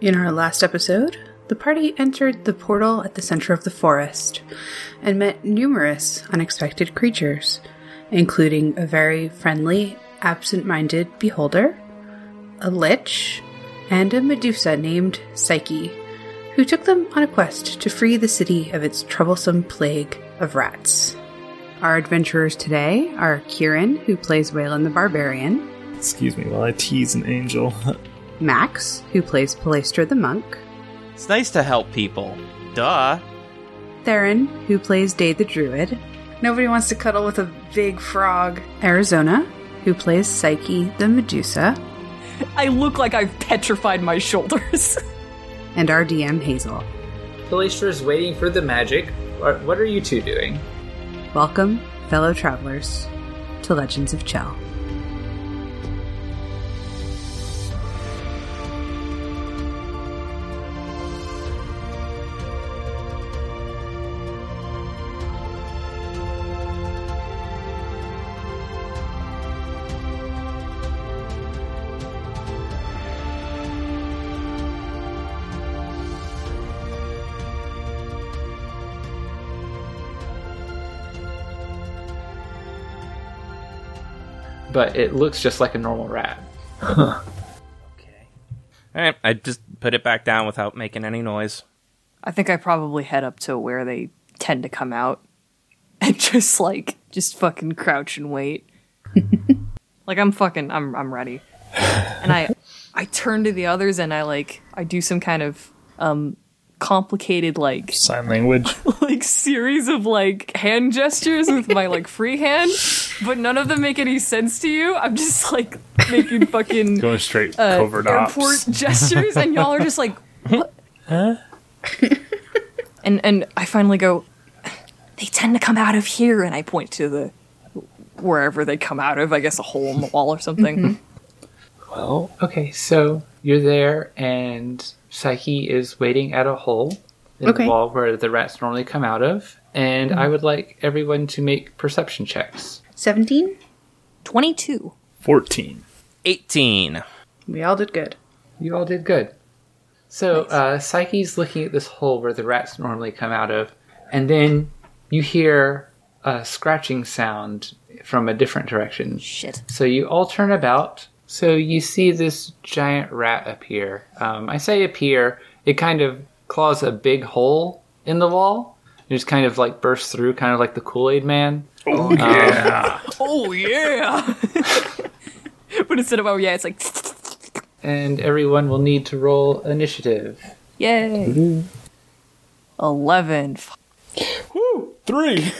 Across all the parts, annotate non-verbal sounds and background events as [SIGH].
In our last episode, the party entered the portal at the center of the forest and met numerous unexpected creatures, including a very friendly, absent minded beholder, a lich, and a Medusa named Psyche, who took them on a quest to free the city of its troublesome plague of rats. Our adventurers today are Kieran, who plays Waylon the Barbarian, Excuse me while I tease an angel. [LAUGHS] Max, who plays Palester the Monk, It's nice to help people. Duh. Theron, who plays Day the Druid. Nobody wants to cuddle with a big frog. Arizona, who plays Psyche the Medusa, I look like I've petrified my shoulders. [LAUGHS] and our DM Hazel. Palestra is waiting for the magic. What what are you two doing? Welcome, fellow travelers, to Legends of Chell. But it looks just like a normal rat. All right, I just put it back down without making any noise. I think I probably head up to where they tend to come out [LAUGHS] and just like just fucking crouch and wait. like I'm fucking I'm I'm ready. And I I turn to the others and I like I do some kind of um complicated like [LAUGHS] Sign language. [LAUGHS] like series of like hand gestures with my like free hand, but none of them make any sense to you. I'm just like making fucking Going straight uh, covert airport ops. [LAUGHS] gestures, and y'all are just like, what? and and I finally go. They tend to come out of here, and I point to the wherever they come out of. I guess a hole in the wall or something. Well, okay, so you're there, and Psyche is waiting at a hole in Okay. the wall where the rats normally come out of. And I would like everyone to make perception checks. 17? Twenty-two. 14. 18. We all did good. You all did good. So uh, Psyche's looking at this hole where the rats normally come out of, and then you hear a scratching sound from a different direction. Shit. So you all turn about. So you see this giant rat appear. Um, I say appear. It kind of claws a big hole in the wall. It just kind of like bursts through, kind of like the Kool Aid Man. Oh, yeah. Oh yeah. [LAUGHS] but instead of oh yeah, it's like And everyone will need to roll initiative. yay. Eleven. [LAUGHS] Three.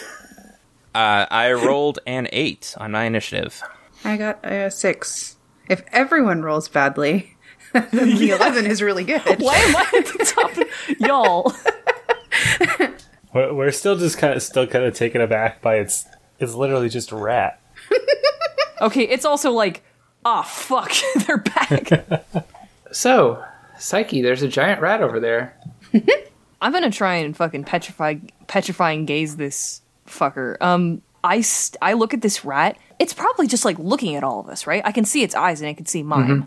Uh, I rolled an 8 on my initiative. I got a 6. If everyone rolls badly, [LAUGHS] then [LAUGHS] the 11 is really good. Why am I at the top? of- Y'all. We're, we're still just kind of still kind of taken aback by it's it's literally just a rat. Okay, it's also like, ah, fuck, [LAUGHS] they're back. So, Psyche, there's a giant rat over there. I'm gonna try and fucking petrify, petrifying gaze this fucker. Um, I st- I look at this rat. It's probably just like looking at all of us, right? I can see its eyes and I can see mine.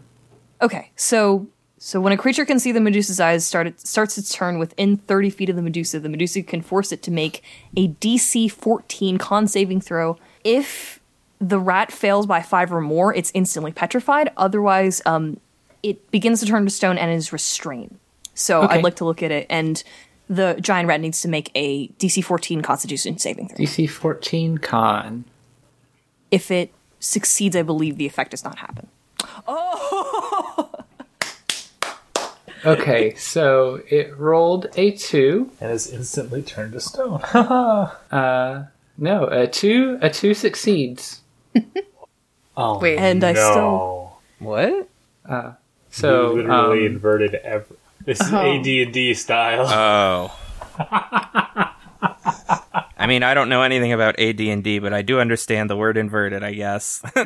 Okay, so so when a creature can see the Medusa's eyes, start it, starts its turn within 30 feet of the Medusa. The Medusa can force it to make a DC 14 con saving throw. If the rat fails by five or more, it's instantly petrified. Otherwise, um, it begins to turn to stone and is restrained. So Okay. I'd like to look at it, and the giant rat needs to make a DC 14 Constitution saving throw. DC 14 con. If it succeeds, I believe the effect does not happen. Okay, so it rolled a 2. And is instantly turned to stone. [LAUGHS] Oh, Uh, No, a 2, a 2 succeeds. oh, Wait. And I no. What? So, literally um, inverted every. This is AD and D style. Oh. I mean, I don't know anything about AD&D, but I do understand the word inverted, I guess. [LAUGHS] [LAUGHS]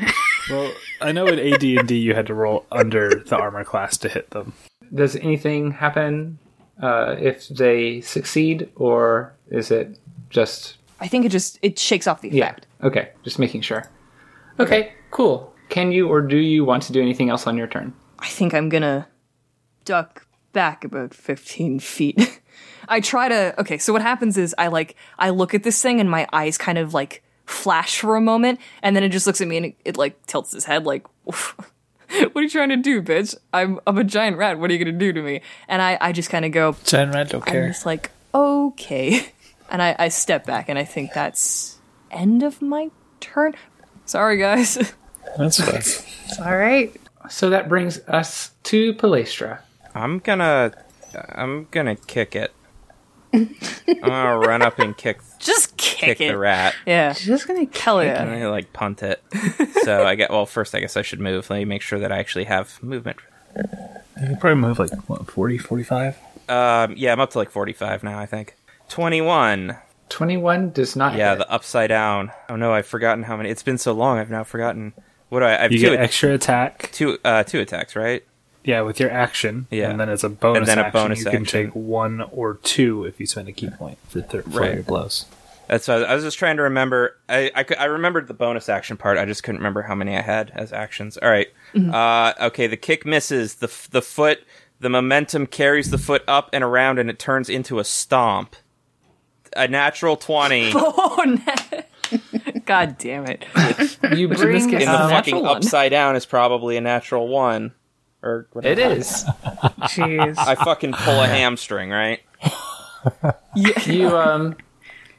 well, I know in AD and D you had to roll under the armor class to hit them. does anything happen uh, if they succeed, or is it just. I think it just it shakes off the Yeah, effect. okay, just making sure. Okay, cool. Can you or do you want to do anything else on your turn? I think I'm gonna duck back about 15 feet. [LAUGHS] I try to. Okay, so what happens is I like I look at this thing and my eyes kind of like flash for a moment, and then it just looks at me and it, it like tilts its head like. [LAUGHS] What are you trying to do, bitch? I'm I'm a giant rat. What are you gonna do to me? And I, I just kind of go. Giant rat don't I'm care. just like okay, [LAUGHS] and I, I step back and I think that's end of my turn. Sorry guys. [LAUGHS] That's fine. All right. So that brings us to Palestra. I'm gonna, I'm gonna kick it. I'm gonna run up and [LAUGHS] kick, just kick, kick it. the rat. Yeah. Just gonna [LAUGHS] Hell kill it. yeah. And I like punt it. [LAUGHS] So I get well. First, I guess I should move. Let me make sure that I actually have movement. You can probably move like what, 40, 45? Um, yeah, I'm up to like 45 now. I think 21. 21 does not Yeah, hit. the upside down. Oh no, I've forgotten how many. It's been so long. I've now forgotten. What do I? I have You two, get extra attack. two, uh, two attacks, right? Yeah, with your action. Yeah. And then it's a bonus then a action. bonus you can action. take one or two if you spend a key point for, thir- for Right. your blows. That's what I was- I was just trying to remember. I, I cou- I remembered the bonus action part. I just couldn't remember how many I had as actions. All right. Uh, okay. The kick misses. the f- The foot. The momentum carries the foot up and around, and it turns into a stomp. A natural twenty in [LAUGHS] Oh, no. God damn it. [LAUGHS] You bring, case the is a um, fucking natural one. upside down is probably a natural one, or whatever. it is. Jeez. I fucking pull a hamstring, right? You um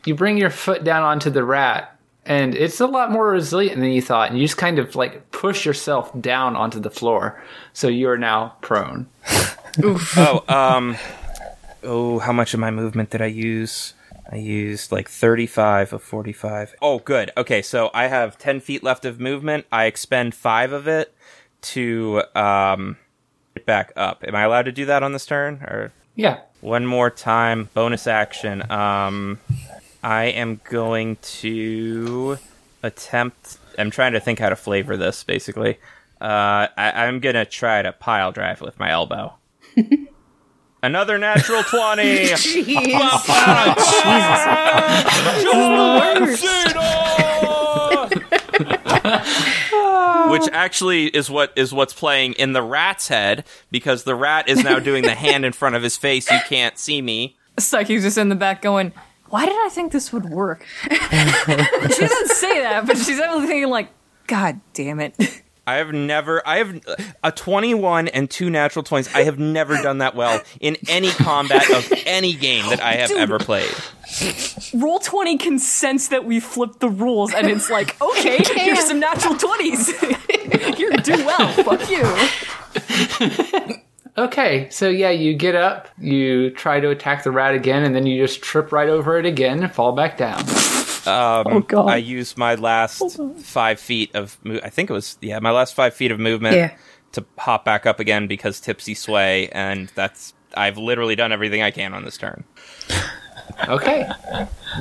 you bring your foot down onto the rat and it's a lot more resilient than you thought and you just kind of like push yourself down onto the floor. So you are now prone. Oh, um, oh, how much of my movement did I use? I used like 35 of 45. Oh, good. Okay, so I have 10 feet left of movement. I expend five of it to um get back up. Am I allowed to do that on this turn? Or Yeah. one more time, bonus action. Um, I am going to attempt. I'm trying to think how to flavor this. Basically, uh, I, I'm gonna try to pile drive with my elbow. Another natural twenty. Jeez. Which actually is what is what's playing in the rat's head because the rat is now doing the hand in front of his face. You can't see me. Psyche's just in the back going, why did I think this would work? [LAUGHS] she doesn't say that, but she's definitely thinking like, God damn it. I have never. I have a 21 and two natural 20s. I have never done that well in any combat of any game that I have Dude. ever played. Roll 20 can sense that we flipped the rules and it's like, okay, here's some natural 20s. [LAUGHS] You're do well. Fuck you. Okay, so yeah, you get up, you try to attack the rat again, and then you just trip right over it again and fall back down. Oh god. I used my last five feet of. Mo- I think it was yeah, my last five feet of movement Yeah. to hop back up again because tipsy sway, and that's. I've literally done everything I can on this turn. Okay.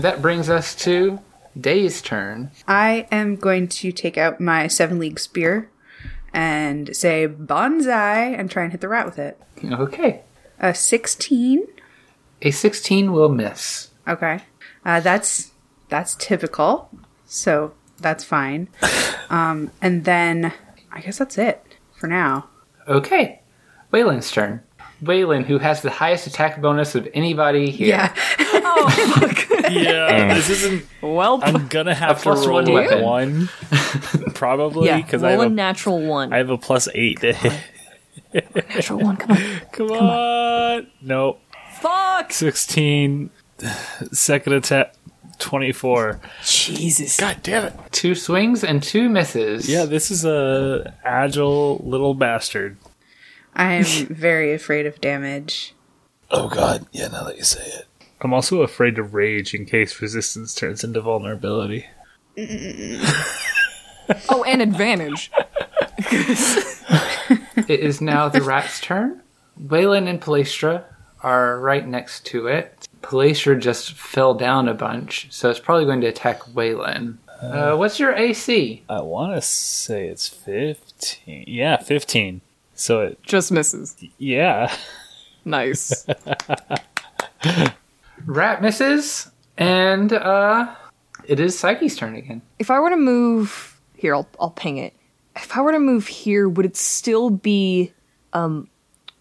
that brings us to Day's turn. I am going to take out my seven league spear and say bonsai and try and hit the rat with it. Okay. A 16. A 16 will miss. Okay. Uh, that's that's typical. So that's fine. Um, and then I guess that's it for now. Okay. Waylon's turn. Waylon, who has the highest attack bonus of anybody here. Yeah, this isn't. well, I'm gonna have to plus roll one one, weapon. probably because I roll have a, a, natural one. I have a plus [LAUGHS] eight. to hit. natural one, come [LAUGHS] on. Come on, no Fuck! sixteen. Second attack, twenty-four. Jesus. God damn it. Two swings and two misses. Yeah, this is a agile little bastard. I am very afraid of damage. Oh god. Yeah, now that you say it. I'm also afraid to rage in case resistance turns into vulnerability. Oh, and advantage. It is now the rat's turn. Waylon and Palestra are right next to it. Palestra just fell down a bunch, so it's probably going to attack Waylon. Uh, what's your AC? I want to say it's 15. Yeah, 15. So it Just misses. [LAUGHS] yeah. Nice. Rat misses, and uh, it is Psyche's turn again. if I were to move here, I'll I'll ping it. If I were to move here, would it still be um,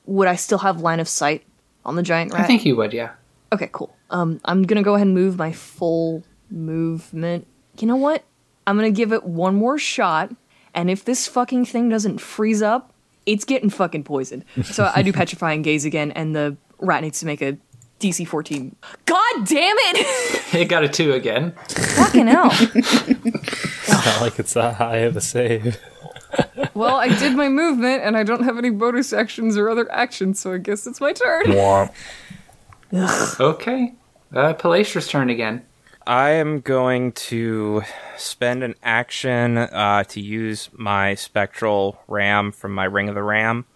would I still have line of sight on the giant rat? I think you would, yeah. [LAUGHS] Okay, cool. Um, I'm gonna go ahead and move my full movement. You know what? I'm gonna give it one more shot, and if this fucking thing doesn't freeze up, it's getting fucking poisoned. So I do petrifying gaze again, and the rat needs to make a DC 14. God damn it! It got a two again. fucking hell. It's not like it's that high of a save. Well, I did my movement, and I don't have any bonus actions or other actions, so I guess it's my turn. Okay. Uh, Palacia's turn again. I am going to spend an action uh, to use my spectral ram from my ring of the ram.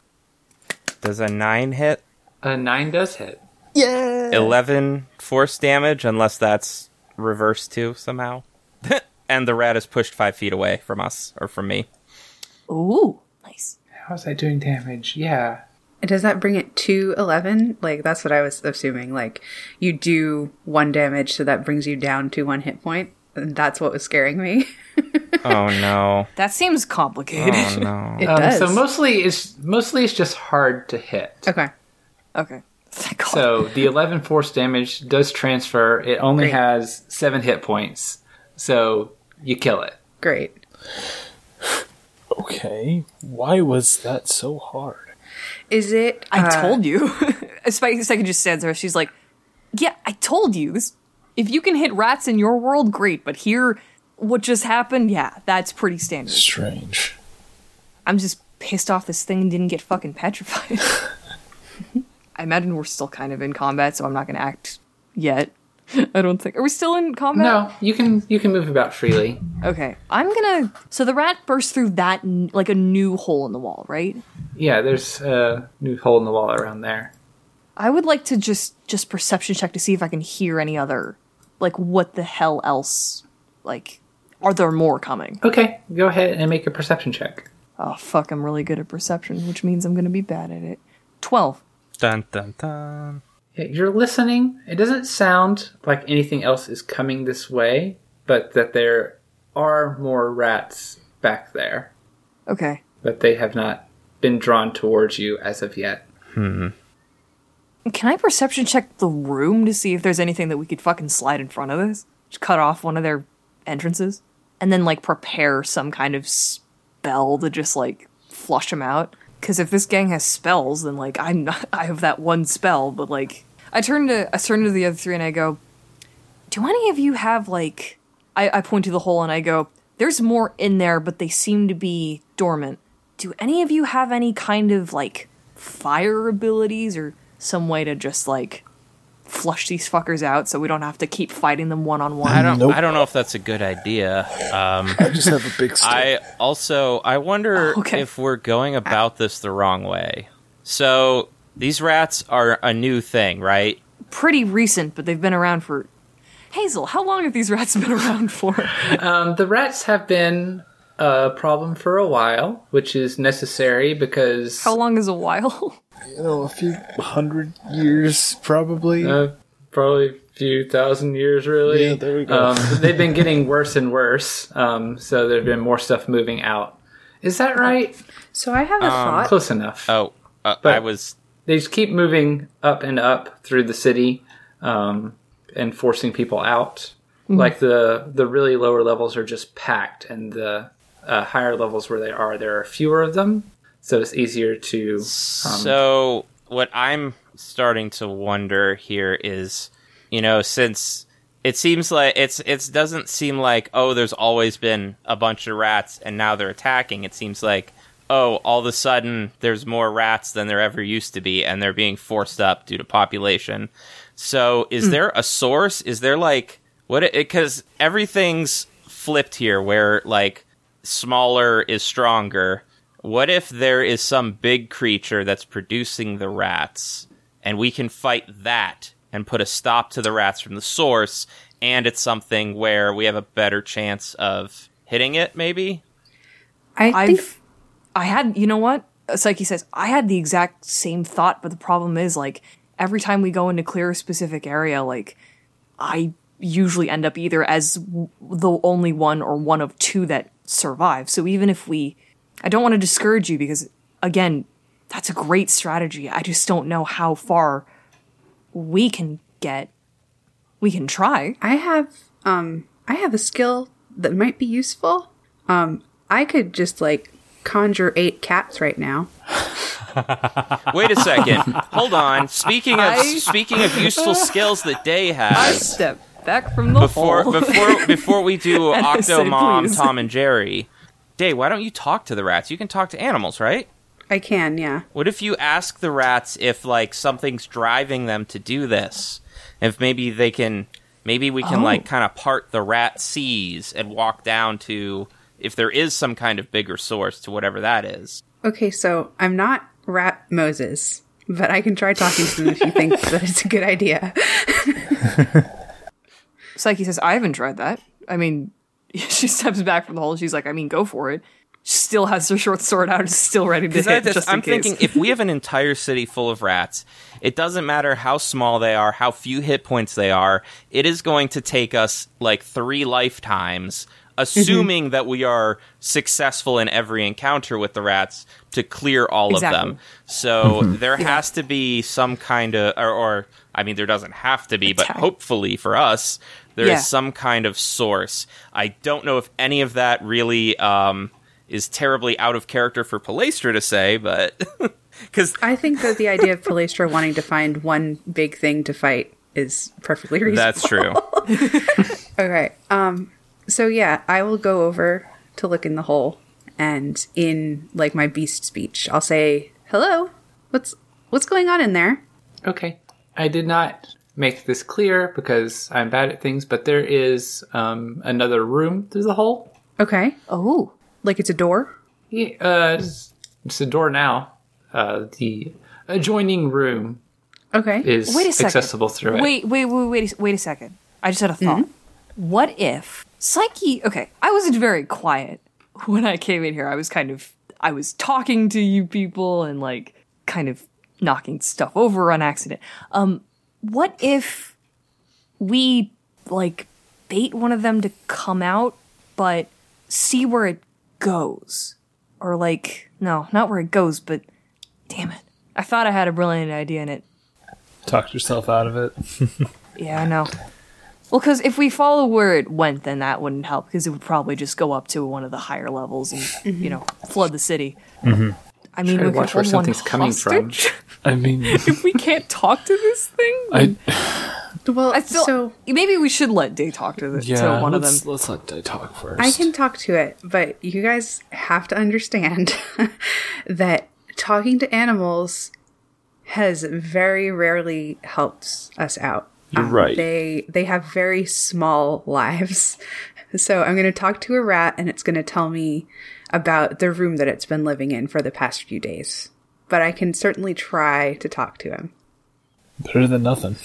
Does a nine hit? A nine does hit. Eleven force damage, unless that's reversed to somehow. [LAUGHS] and the rat is pushed five feet away from us or from [LAUGHS] me. Ooh, nice. How's that doing damage? Yeah. Does that bring it to 11? Like, that's what I was assuming. Like, you do one damage, so that brings you down to one hit point. And that's what was scaring me. [LAUGHS] Oh no! That seems complicated. Oh no! It Um, does. so mostly it's mostly it's just hard to hit. okay. Okay. Thank God. So the 11 force damage does transfer. It only has seven hit points. So you kill it. Great. Okay. Why was that so hard? Is it. I uh, told you. [LAUGHS] Spike Second just stands there. She's like, "Yeah, I told you. This, if you can hit rats in your world, great. But here, what just happened? Yeah, that's pretty standard. Strange. I'm just pissed off this thing didn't get fucking petrified. [LAUGHS] I imagine we're still kind of in combat, so I'm not gonna act yet. [LAUGHS] I don't think. Are we still in combat? No, you can you can move about freely. Okay. I'm gonna. So the rat burst through that n- like a new hole in the wall, right? Yeah, there's a new hole in the wall around there. I would like to just just perception check to see if I can hear any other like what the hell else like are there more coming? Okay, go ahead and make a perception check. Oh fuck, I'm really good at perception, which means I'm going to be bad at it. 12. Dun dun dun! Yeah, You're listening. It doesn't sound like anything else is coming this way, but that there are more rats back there, Okay. but they have not been drawn towards you as of yet. Can I perception check the room to see if there's anything that we could fucking slide in front of this? Just cut off one of their entrances and then like prepare some kind of spell to just like flush them out. Because if this gang has spells, then like I'm not, [LAUGHS] I have that one spell, but like I turn to I turn to the other three and I go, do any of you have like I, I point to the hole and I go, there's more in there, but they seem to be dormant. Do any of you have any kind of like fire abilities or some way to just like flush these fuckers out so we don't have to keep fighting them one on I one? don't. Nope. I don't know if that's a good idea. Um, I just have a big stick. I also I wonder Oh, okay. if we're going about this the wrong way. So these rats are a new thing, right? Pretty recent, but they've been around for. Hazel, how long have these rats [LAUGHS] been around for? Um, the rats have been a problem for a while, which is necessary because How long is a while? you know, [LAUGHS] a few hundred years probably. Uh, probably a few thousand years, really. Yeah, there we go. Um, they've been getting worse and worse, um, so there's been more stuff moving out. Is that right? So I Um, have a thought. Close enough. Oh, uh, I But- was. They just keep moving up and up through the city um, and forcing people out. Mm-hmm. Like the the really lower levels are just packed, and the uh, higher levels where they are, there are fewer of them, so it's easier to. um, So what I'm starting to wonder here is, you know, since it seems like it's it doesn't seem like oh, there's always been a bunch of rats and now they're attacking. It seems like oh, all of a sudden there's more rats than there ever used to be, and they're being forced up due to population. So is there a source? Is there like what? Because everything's flipped here, where like smaller is stronger. What if there is some big creature that's producing the rats, and we can fight that and put a stop to the rats from the source? And it's something where we have a better chance of hitting it, maybe. I think I've, I had, you know what? Psyche says, I had the exact same thought, but the problem is, like, every time we go in to clear a specific area, like, I usually end up either as w- the only one or one of two that survive. So even if we, I don't want to discourage you because, again, that's a great strategy. I just don't know how far we can get. We can try. I have um I have a skill that might be useful. Um I could just like conjure eight cats right now. Wait a second. Hold on. Speaking of I- speaking of useful skills that Day has Step back from the before hole. [LAUGHS] before before we do And I Octo say, Mom, please. Tom and Jerry. Day, why don't you talk to the rats? You can talk to animals, right? I can, yeah. What if you ask the rats if like something's driving them to do this? If maybe they can maybe we can Oh. like kind of part the rat seas and walk down to if there is some kind of bigger source to whatever that is. Okay, so I'm not Rat Moses, but I can try talking to them if you think that it's a good idea. [LAUGHS] Psyche says, I haven't tried that. I mean, [LAUGHS] she steps back from the hole. She's like, I mean, go for it. She still has her short sword out. and is still ready to hit. [LAUGHS] Because I just, just in I'm case. thinking if we have an entire city full of rats, it doesn't matter how small they are, how few hit points they are, it is going to take us like three lifetimes, assuming Mm-hmm. that we are successful in every encounter with the rats to clear all Exactly. of them. So Mm-hmm. there has to be some kind of, or, or I mean, there doesn't have to be, but Attack. hopefully for us, there is Yeah. some kind of source. I don't know if any of that really um, is terribly out of character for Palestra to say, but [LAUGHS] because I think that the idea of Palestra wanting to find one big thing to fight is perfectly reasonable. that's [LAUGHS] true. Okay. Um so yeah, I will go over to look in the hole and in like my beast speech, I'll say, "Hello. What's what's going on in there?" Okay. I did not make this clear because I'm bad at things, but there is um, another room through the hole. Okay. oh, Like it's a door? Yeah, uh, it's, it's a door now. Uh, the adjoining room Okay. is wait a second. accessible through it. Wait, wait, wait, wait, a- wait a second. I just had a thought. What if Psyche? Okay, I wasn't very quiet when I came in here. I was kind of, I was talking to you people and like kind of knocking stuff over on accident. Um, what if we like bait one of them to come out, but see where it goes, or like no, not where it goes, but damn it, I thought I had a brilliant idea and it Talked yourself out of it. yeah, I know. Well, because if we follow where it went, then that wouldn't help because it would probably just go up to one of the higher levels and you know flood the city. I mean, Try to we could watch where hold one something's coming from. hostage Mm-hmm. [LAUGHS] I [LAUGHS] mean, if we can't talk to this thing. I well, I feel so maybe we should let Day talk to, the, yeah. to one of them. let's, let's let Day talk first. I can talk to it, but you guys have to understand [LAUGHS] that talking to animals has very rarely helped us out. You're right. They they have very small lives. [LAUGHS] So I'm going to talk to a rat and it's going to tell me about the room that it's been living in for the past few days. But I can certainly try to talk to him. better than nothing.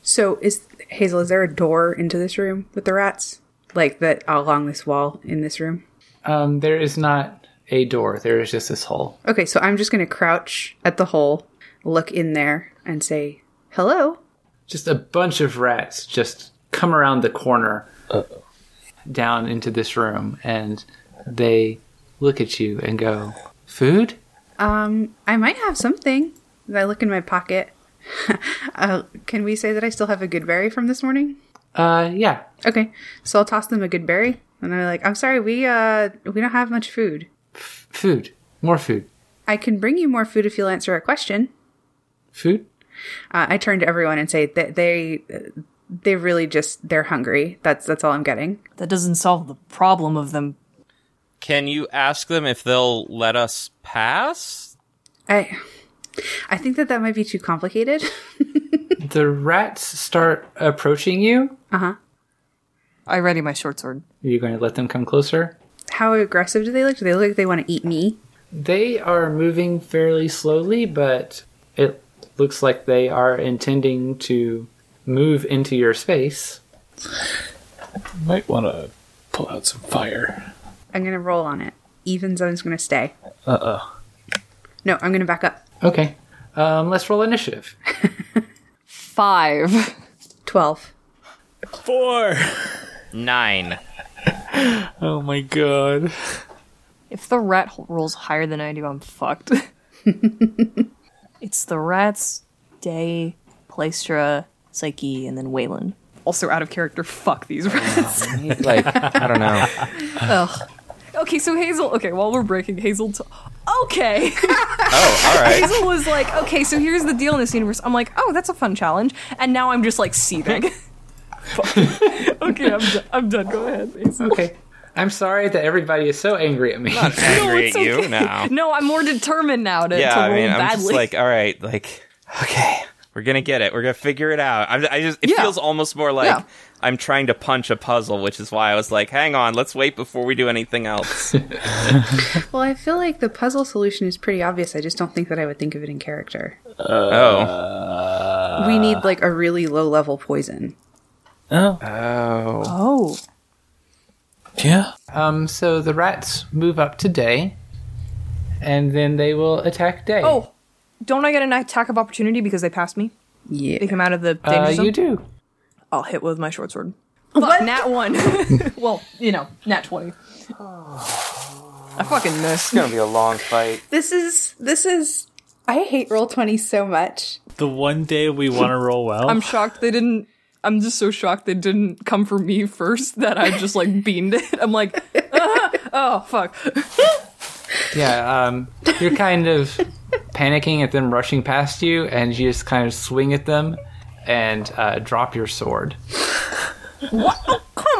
So is Hazel is there a door into this room with the rats? Like that along this wall in this room? Um, there is not a door. There is just this hole. Okay, so I'm just going to crouch at the hole, look in there, and say, hello. Just a bunch of rats just come around the corner down into this room, and they look at you and go, "Food? Um, I might have something. And I look in my pocket. [LAUGHS] uh, can we say that I still have a good berry from this morning? Uh, yeah. Okay, so I'll toss them a good berry. And I'm like, I'm sorry, we, uh, we don't have much food. Food. More food. I can bring you more food if you'll answer a question. Food." Uh, I turn to everyone and say that they, they really just, they're hungry. That's, that's all I'm getting. That doesn't solve the problem of them. Can you ask them if they'll let us pass? I, I think that that might be too complicated. [LAUGHS] The rats start approaching you. I ready my short sword. Are you going to let them come closer? How aggressive do they look? Do they look like they want to eat me? They are moving fairly slowly, but it looks like they are intending to move into your space. Might want to pull out some fire. I'm gonna roll on it. Even zone's gonna stay. Uh oh. No, I'm gonna back up. Okay. Um, let's roll initiative. Five. [LAUGHS] Twelve. Four. Nine. Oh my god. If the rat ho- rolls higher than I do, I'm fucked. [LAUGHS] it's the rats, Day, Playstra, Psyche, and then Waylon. Also out of character, fuck these [LAUGHS] rats. like I don't know. [LAUGHS] Ugh. Okay, so Hazel. Okay, while we're breaking, Hazel. T- okay. [LAUGHS] [LAUGHS] Oh, all right. Hazel was like, okay, so here's the deal in this universe. I'm like, oh, that's a fun challenge. And now I'm just like seething. [LAUGHS] [LAUGHS] okay, I'm, do- I'm done. Go ahead, Hazel. Okay. [LAUGHS] I'm sorry that everybody is so angry at me. I'm not angry Oh, it's at you okay. now. [LAUGHS] No, I'm more determined now to, yeah, to I roll mean, I'm badly. just like, all right, like, okay, we're gonna get it. We're gonna figure it out. I, I just, it Yeah. feels almost more like Yeah. I'm trying to punch a puzzle, which is why I was like, hang on, let's wait before we do anything else. Well, I feel like the puzzle solution is pretty obvious. I just don't think that I would think of it in character. oh, we need like a really low level poison. Oh, oh, oh, yeah. [LAUGHS] Um, so the rats move up to day, and then they will attack day. oh, don't I get an attack of opportunity because they passed me? They Yeah. come out of the danger uh, zone. you do. I'll hit with my short sword. Fuck, nat [LAUGHS] one. well, you know, nat twenty. I fucking missed. gonna be a long fight. This is this is I hate roll twenty so much. The one day we want to roll well. I'm shocked they didn't. I'm just so shocked they didn't come for me first that I just like [LAUGHS] beamed it. I'm like, ah, oh fuck. Yeah, um, you're kind of panicking at them rushing past you, and you just kind of swing at them and uh, drop your sword. Come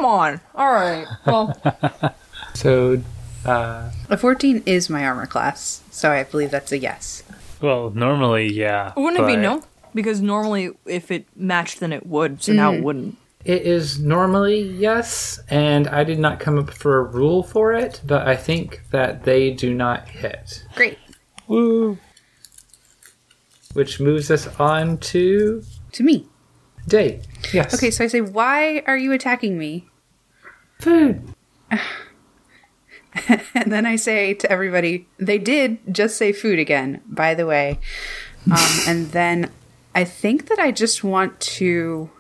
on. All right. Well, So A fourteen is my armor class, so I believe that's a yes. well, normally, yeah. wouldn't it be but- no? Because normally, if it matched, then it would. So now it wouldn't. it is normally yes, and I did not come up for a rule for it, but I think that they do not hit, Great. which moves us on to To me. day. Yes. Okay, so I say, Why are you attacking me? Food. [LAUGHS] And then I say to everybody, They did just say food again, by the way. Um, [LAUGHS] and then I think that I just want to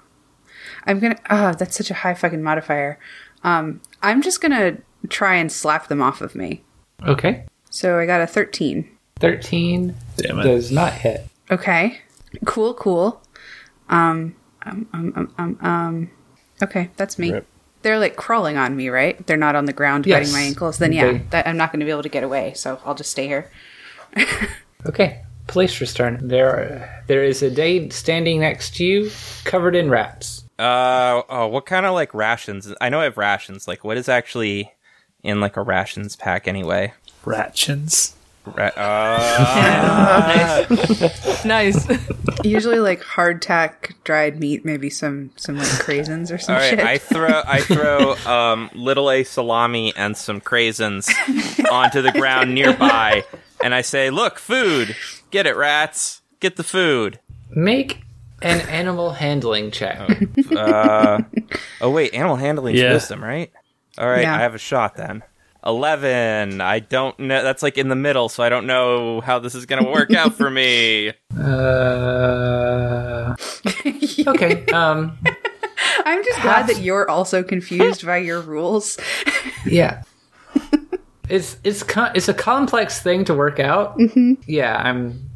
I'm gonna ah, that's such a high fucking modifier. Um, I'm just gonna try and slap them off of me. Okay. So I got a thirteen. Thirteen Damn it. does not hit. Okay. Cool, cool. Um, um, um, um, um, um. okay, that's me. Rip. They're like crawling on me, right? They're not on the ground Yes. biting my ankles. Then yeah, They- that, I'm not going to be able to get away, so I'll just stay here. Okay, police return. There, are, there is a day standing next to you, covered in rats. Uh, oh, what kind of like rations? I know I have rations. Like, what is actually in like a rations pack anyway? Ratchins. Ra- uh, Nice. [LAUGHS] Usually like hardtack, dried meat, maybe some some like craisins or some all right, shit. I throw I throw um, little a salami and some craisins onto the ground nearby, and I say, "Look, food! Get it, rats! Get the food!" Make an animal handling check. Oh wait, animal handling's Yeah. wisdom, right? All right, Yeah. I have a shot then. Eleven. I don't know. That's like in the middle, so I don't know how this is gonna work out [LAUGHS] for me. Uh, okay. Um, [LAUGHS] I'm just glad that you're also confused by your rules. yeah. It's it's co- it's a complex thing to work out. Mm-hmm. Yeah, I'm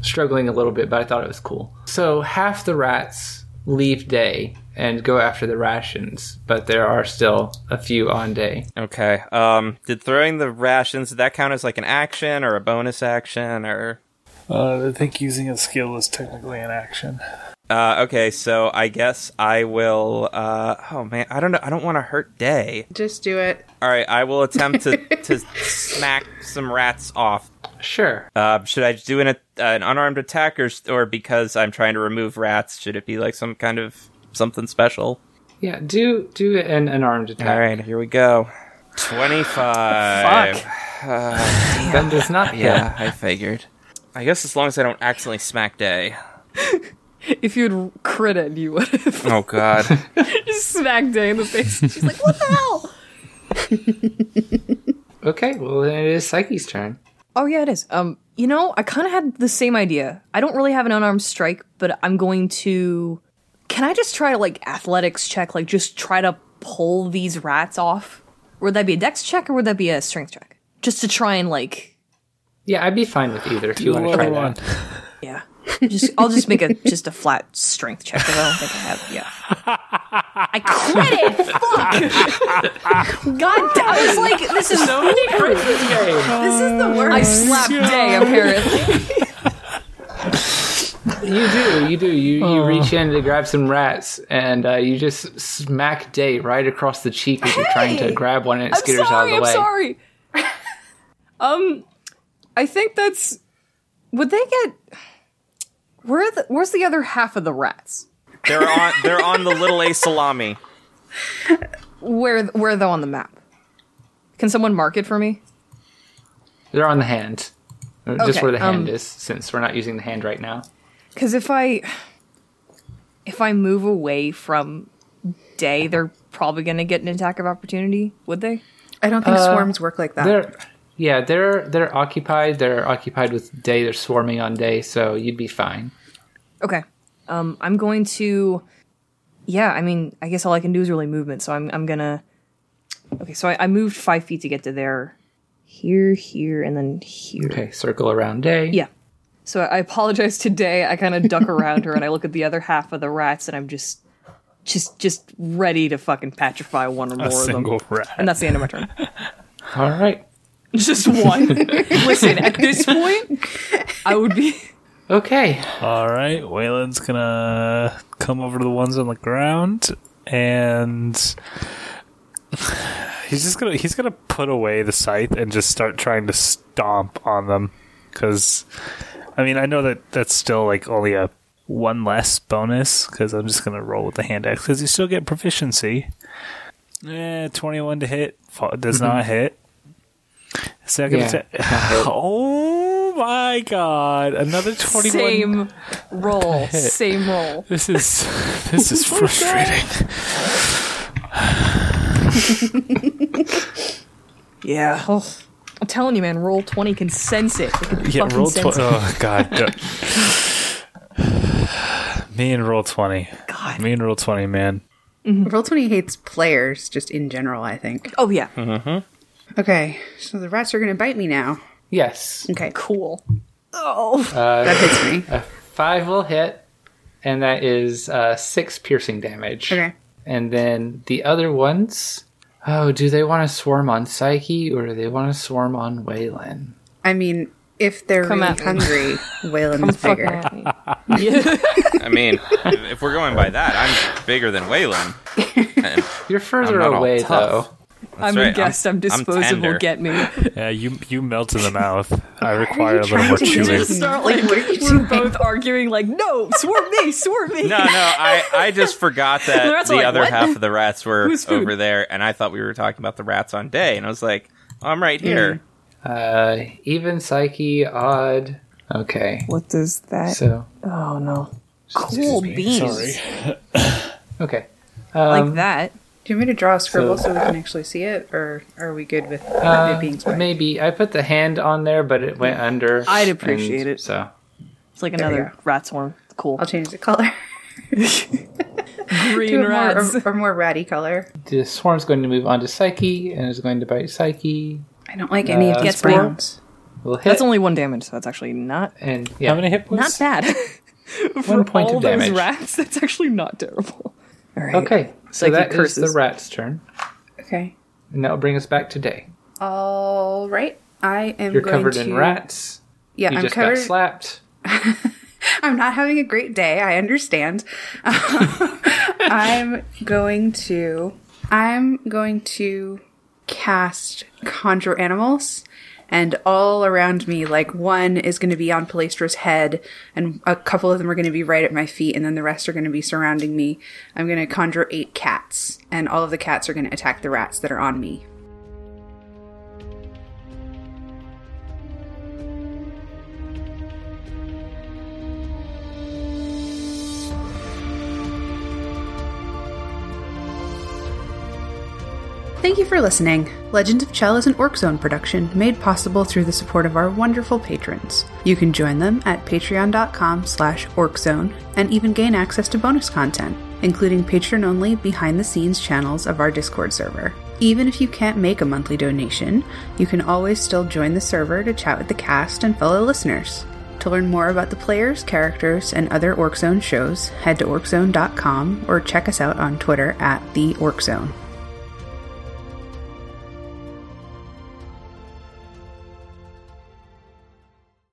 struggling a little bit, but I thought it was cool. So half the rats leave day and go after the rations, but there are still a few on day. Okay. Um, did throwing the rations did that count as like an action or a bonus action or? Uh, I think using a skill is technically an action. Uh, okay, so I guess I will. Uh, oh man, I don't know. I don't want to hurt Day. Just do it. All right, I will attempt [LAUGHS] to to smack some rats off. Sure. Uh, should I do an uh, an unarmed attack or or because I'm trying to remove rats? Should it be like some kind of something special? Yeah, do do an unarmed attack. All right, here we go. Twenty five. That does not hit. Yeah, I figured. I guess as long as I don't accidentally smack Day. if you'd crit it, you would have [LAUGHS] Oh God. just smacked Day in the face. She's like, what the hell? Okay, well then it is Psyche's turn. Oh yeah, it is. Um, you know, I kind of had the same idea. I don't really have an unarmed strike, but I'm going to. Can I just try to like athletics check, like just try to pull these rats off? Would that be a dex check or would that be a strength check? just to try and like Yeah, I'd be fine with either if you want to try One. that. yeah. Just I'll just make a just a flat strength check because I don't think I have yeah. I quit it. Fuck. God, damn- I was like, this is So many Christmas games. this is the worst. I slapped day apparently. You do, you do. You you reach in to grab some rats, and uh, you just smack Day right across the cheek as you're trying to grab one, and it I'm skitters out of sorry. the I'm way. sorry. um, I think that's. Would they get? Where are the, where's the other half of the rats? [LAUGHS] They're on they're on the little A salami. Where where are they on the map? Can someone mark it for me? They're on the hand, Uh, just Okay, where the um, hand is, since we're not using the hand right now. Because if I if I move away from day, they're probably going to get an attack of opportunity. Would they? I don't think Uh, swarms work like that. They're yeah, they're they're occupied. They're occupied with Day. They're swarming on Day, so you'd be fine. Okay. Um, I'm going to. Yeah, I mean, I guess all I can do is really movement, so I'm I'm gonna. Okay, so I, I moved five feet to get to there. Here, here, and then here. Okay, circle around Day. Yeah. So I apologize today. I kind of duck around her and I look at the other half of the rats and I'm just, just, just ready to fucking petrify one or more of them. Single rat. And that's the end of my turn. All right. Just one. Listen, at this point, I would be. Okay. All right, Waylon's gonna come over to the ones on the ground, and [SIGHS] he's just gonna he's gonna put away the scythe and just start trying to stomp on them. Because, I mean, I know that that's still like only a one less bonus. Because I'm just gonna roll with the hand axe because you still get proficiency. Eh, twenty-one to hit fa- does not hit. Second Yeah, atta- [LAUGHS] Oh my god! Another twenty-one. Same roll. Same roll. This is this is frustrating. Yeah. Oh, I'm telling you, man, roll 20 can sense it. It can Yeah, fucking roll sense twenty. it. Oh god. don't- [SIGHS] Me and roll twenty. God. Me and roll twenty, man. Roll twenty hates players just in general. I think. Oh, yeah. Okay, so the rats are going to bite me now. Yes. Okay, Cool. Oh. that hits me. Five will hit, and that is uh, six piercing damage. Okay. And then the other ones. Oh, do they want to swarm on Psyche or do they want to swarm on Waylon? I mean, if they're Come really at me. hungry, Waylon's Fuck bigger. at me. I mean, [LAUGHS] if we're going by that, I'm bigger than Waylon. You're further I'm not all away, tough. though. That's I'm a right, guest. I'm, disposable. tender. Get me. Yeah, you you melt in the mouth. I require a little more to do chewing. this? Start like What are you we're doing? both arguing like no, swarm me, swarm me. No, no, I, I just [LAUGHS] forgot The that rats the are like, other "What?" half of the rats were Whose food? over there, and I thought we were talking about the rats on day, and I was like, "Oh, I'm Hmm. right here. Uh, even Psyche, odd. Okay. What does that? So, oh no. Cool beans. Sorry. okay. like that. Do you want me to draw a scribble So- so, we can actually see it, or are we good with Uh, it being spied? maybe I put the hand on there, but it went under. I'd appreciate and it. So, It's like we another rat swarm. Cool. I'll change the color. Do Green a more, rats. or, or more ratty color. the swarm's going to move on to Psyche and is going to bite Psyche. I don't like any Uh, of these Gets me. browns. Will hit. That's only one damage, so that's actually not and How yeah, many hit not points? [LAUGHS] bad. For One point all of those damage. rats, that's actually not terrible. All right. Okay, so Psyche that is the curses. rat's turn, Okay. and that'll bring us back to day. All right. I am You're going covered to. in rats. Yeah, You I'm just covered. got slapped. I'm not having a great day. I understand. [LAUGHS] I'm going to I'm going to cast conjure animals and all around me like one is going to be on Palestra's head and a couple of them are going to be right at my feet and then the rest are going to be surrounding me. I'm going to conjure 8 cats and all of the cats are going to attack the rats that are on me. Thank you for listening. Legend of Chell is an Orc Zone production made possible through the support of our wonderful patrons. You can join them at patreon.com slash orczone and even gain access to bonus content, including patron-only behind-the-scenes channels of our Discord server. Even if you can't make a monthly donation, you can always still join the server to chat with the cast and fellow listeners. To learn more about the players, characters, and other Orc Zone shows, head to orczone.com or check us out on Twitter at the Orc Zone.